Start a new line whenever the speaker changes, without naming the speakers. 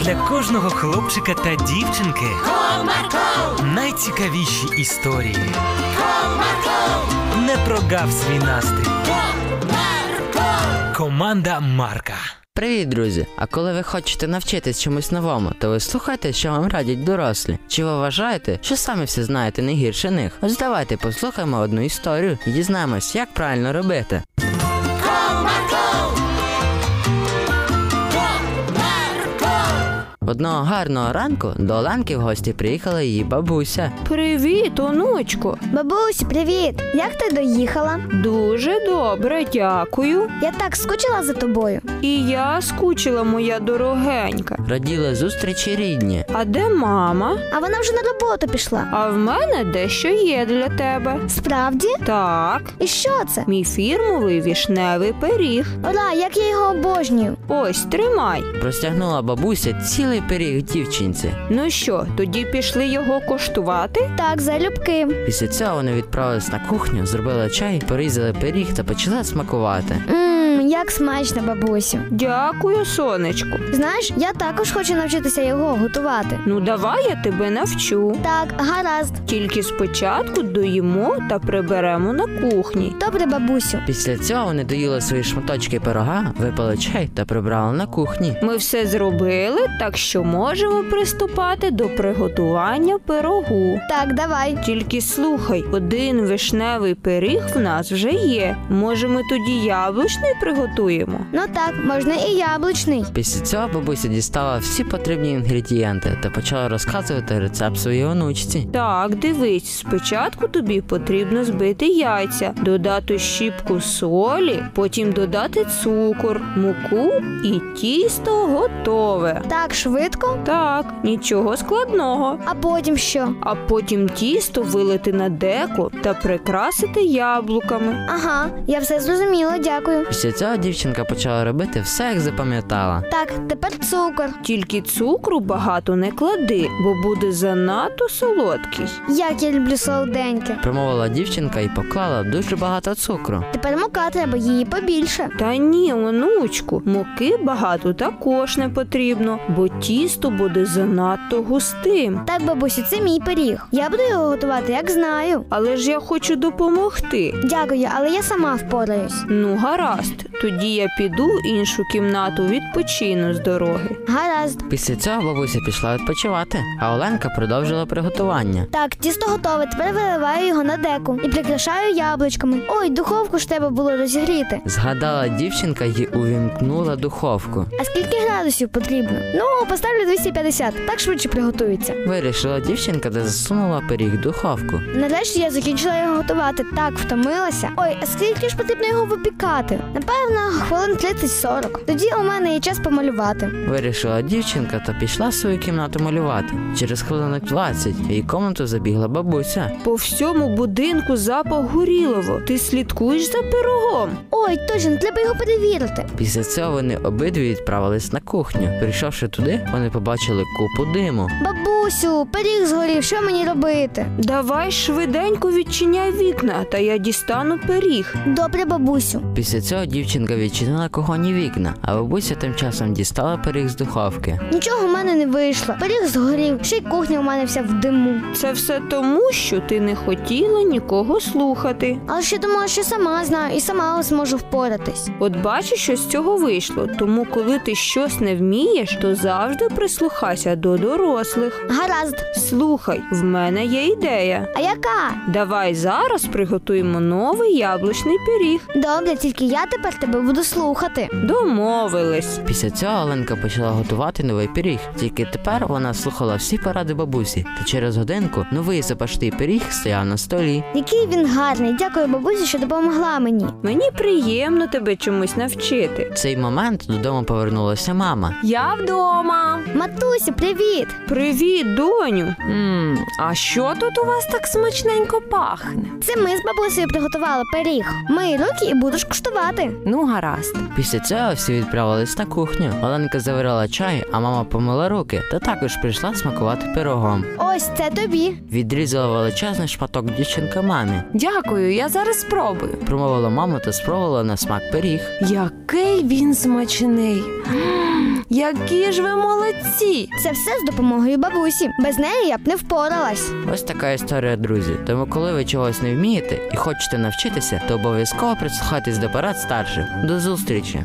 для кожного хлопчика та дівчинки
Comarco,
найцікавіші історії.
comarco,
Не прогав свій настрій.
comarco.
Команда Марка.
Привіт, друзі! А коли ви хочете навчитись чомусь новому, то ви слухайте, що вам радять дорослі. Чи ви вважаєте, що самі все знаєте не гірше них? Ось давайте послухаємо одну історію і дізнаємось, як правильно робити. Одного гарного ранку до Оленки в гості приїхала її бабуся.
Привіт, онучку.
Бабусь, привіт! Як ти доїхала?
Дуже добре, дякую.
Я так скучила за тобою.
І я скучила, моя дорогенька.
Раділи зустрічі рідні.
А де мама?
А вона вже на роботу пішла.
А в мене дещо є для тебе.
Справді?
Так,
І що це?
мій фірмовий вішневий пиріг.
Ура, як я його обожнюю.
Ось тримай.
Простягнула бабуся цілий пиріг дівчинці.
Ну що, тоді пішли його коштувати?
Так, залюбки.
Після цього вони відправились на кухню, зробили чай, порізали пиріг та почали смакувати.
Мм, як смачно, бабусю.
Дякую, сонечку.
Знаєш, я також хочу навчитися його готувати.
Ну давай я тебе навчу.
Так, гаразд.
Тільки спочатку доїмо та приберемо на кухні.
Добре, бабусю.
Після цього вони доїли свої шматочки пирога, випили чай та прибрали на кухні.
Ми все зробили, так що можемо приступати до приготування пирогу.
Так, давай.
Тільки слухай, один вишневий пиріг в нас вже є. Може, ми тоді яблучний приготуємо?
Ну так, можна і яблучний.
Після цього бабуся дістала всі потрібні інгредієнти та почала розказувати рецепт своїй онучці.
Так, дивись, спочатку тобі потрібно збити яйця, додати щіпку солі, потім додати цукор, муку і тісто готове.
Так, швидко.
Так, нічого складного.
А потім що?
а потім тісто вилити на деко та прикрасити яблуками.
Ага, я все зрозуміла, дякую.
Після цього дівчинка почала робити все, як запам'ятала.
Так, тепер цукор.
Тільки цукру багато не клади, бо буде занадто солодкий.
Як я люблю солоденьке.
Промовила дівчинка і поклала дуже багато цукру.
Тепер мука треба її побільше.
Та ні, онучку, муки багато також не потрібно, бо тісто буде занадто густим.
Так, бабусю, це мій пиріг. Я буду його готувати, як знаю.
Але ж я хочу допомогти.
Дякую, але я сама впораюсь.
Ну, гаразд, тоді я піду в іншу кімнату відпочину з дороги.
Гаразд.
Після цього бабуся пішла відпочивати, а Оленка продовжила приготування.
Так, тісто готове, тепер виливаю його на деку і прикрашаю яблучками. Ой, духовку ж треба було розігріти.
Згадала дівчинка і увімкнула духовку.
А скільки градусів потрібно? Ну, поставлю 250, так швидше приготується.
Вирішила дівчинка та засунула пиріг в духовку.
Нарешті я закінчила його готувати, так втомилася. Ой, а скільки ж потрібно його випікати? Напевно, хвилин 30-40. Тоді у мене є час помалювати.
Вирішила дівчинка та пішла в свою кімнату малювати. Через хвилинок 20 в її комнату забігла бабуся.
По всьому будинку запах горілого. Ти слідкуєш за пирогом.
Ой, точно, треба його перевірити.
Після цього вони обидві відправились на кухню. Прийшовши туди, вони побачили купу диму.
Бабусю, пиріг згорів, що мені робити?
Давай швиденько відчиняй вікна, та я дістану пиріг.
Добре, бабусю.
Після цього дівчинка відчинила кухонні вікна, а бабуся тим часом дістала пиріг з духовки.
Нічого в мене не вийшло. Пиріг згорів, ще й кухня у мене вся в диму.
Це все тому, що ти не хотіла нікого слухати.
Але ще думала, що сама знаю і сама зможу впоратись.
От бачиш, що з цього вийшло. Тому, коли ти щось не вмієш, то завжди прислухайся до дорослих.
Гаразд,
Слухай, в мене є ідея.
а яка?
Давай зараз приготуємо новий яблучний пиріг.
Добре, тільки я тепер тебе буду слухати.
Домовились.
Після цього Оленка почала готувати новий пиріг. Тільки тепер вона слухала всі поради бабусі, та через годинку новий запашний пиріг стояв на столі.
Який він гарний. Дякую, бабусі, що допомогла мені.
Мені приємно тебе чомусь навчити.
В цей момент додому повернулася мама.
Я вдома.
Матусю, привіт!
Привіт, доню.
м а що тут у вас так смачненько пахне?
Це ми з бабусею приготували пиріг. Мої руки і будеш куштувати.
Ну, гаразд.
Після цього всі відправились на кухню. Оленка заварила чай, а мама помила руки та також прийшла смакувати пирогом.
Ось це тобі.
Відрізала величезний шматок дівчинка мамі,
Дякую, я зараз спробую.
промовила маму та спробувала на смак пиріг.
Який він смачний. Які ж ви молодці!
Це все з допомогою бабусі. Без неї я б не впоралась.
Ось така історія, друзі. Тому, коли ви чогось не вмієте і хочете навчитися, то обов'язково прислухайтесь до порад старших. До зустрічі!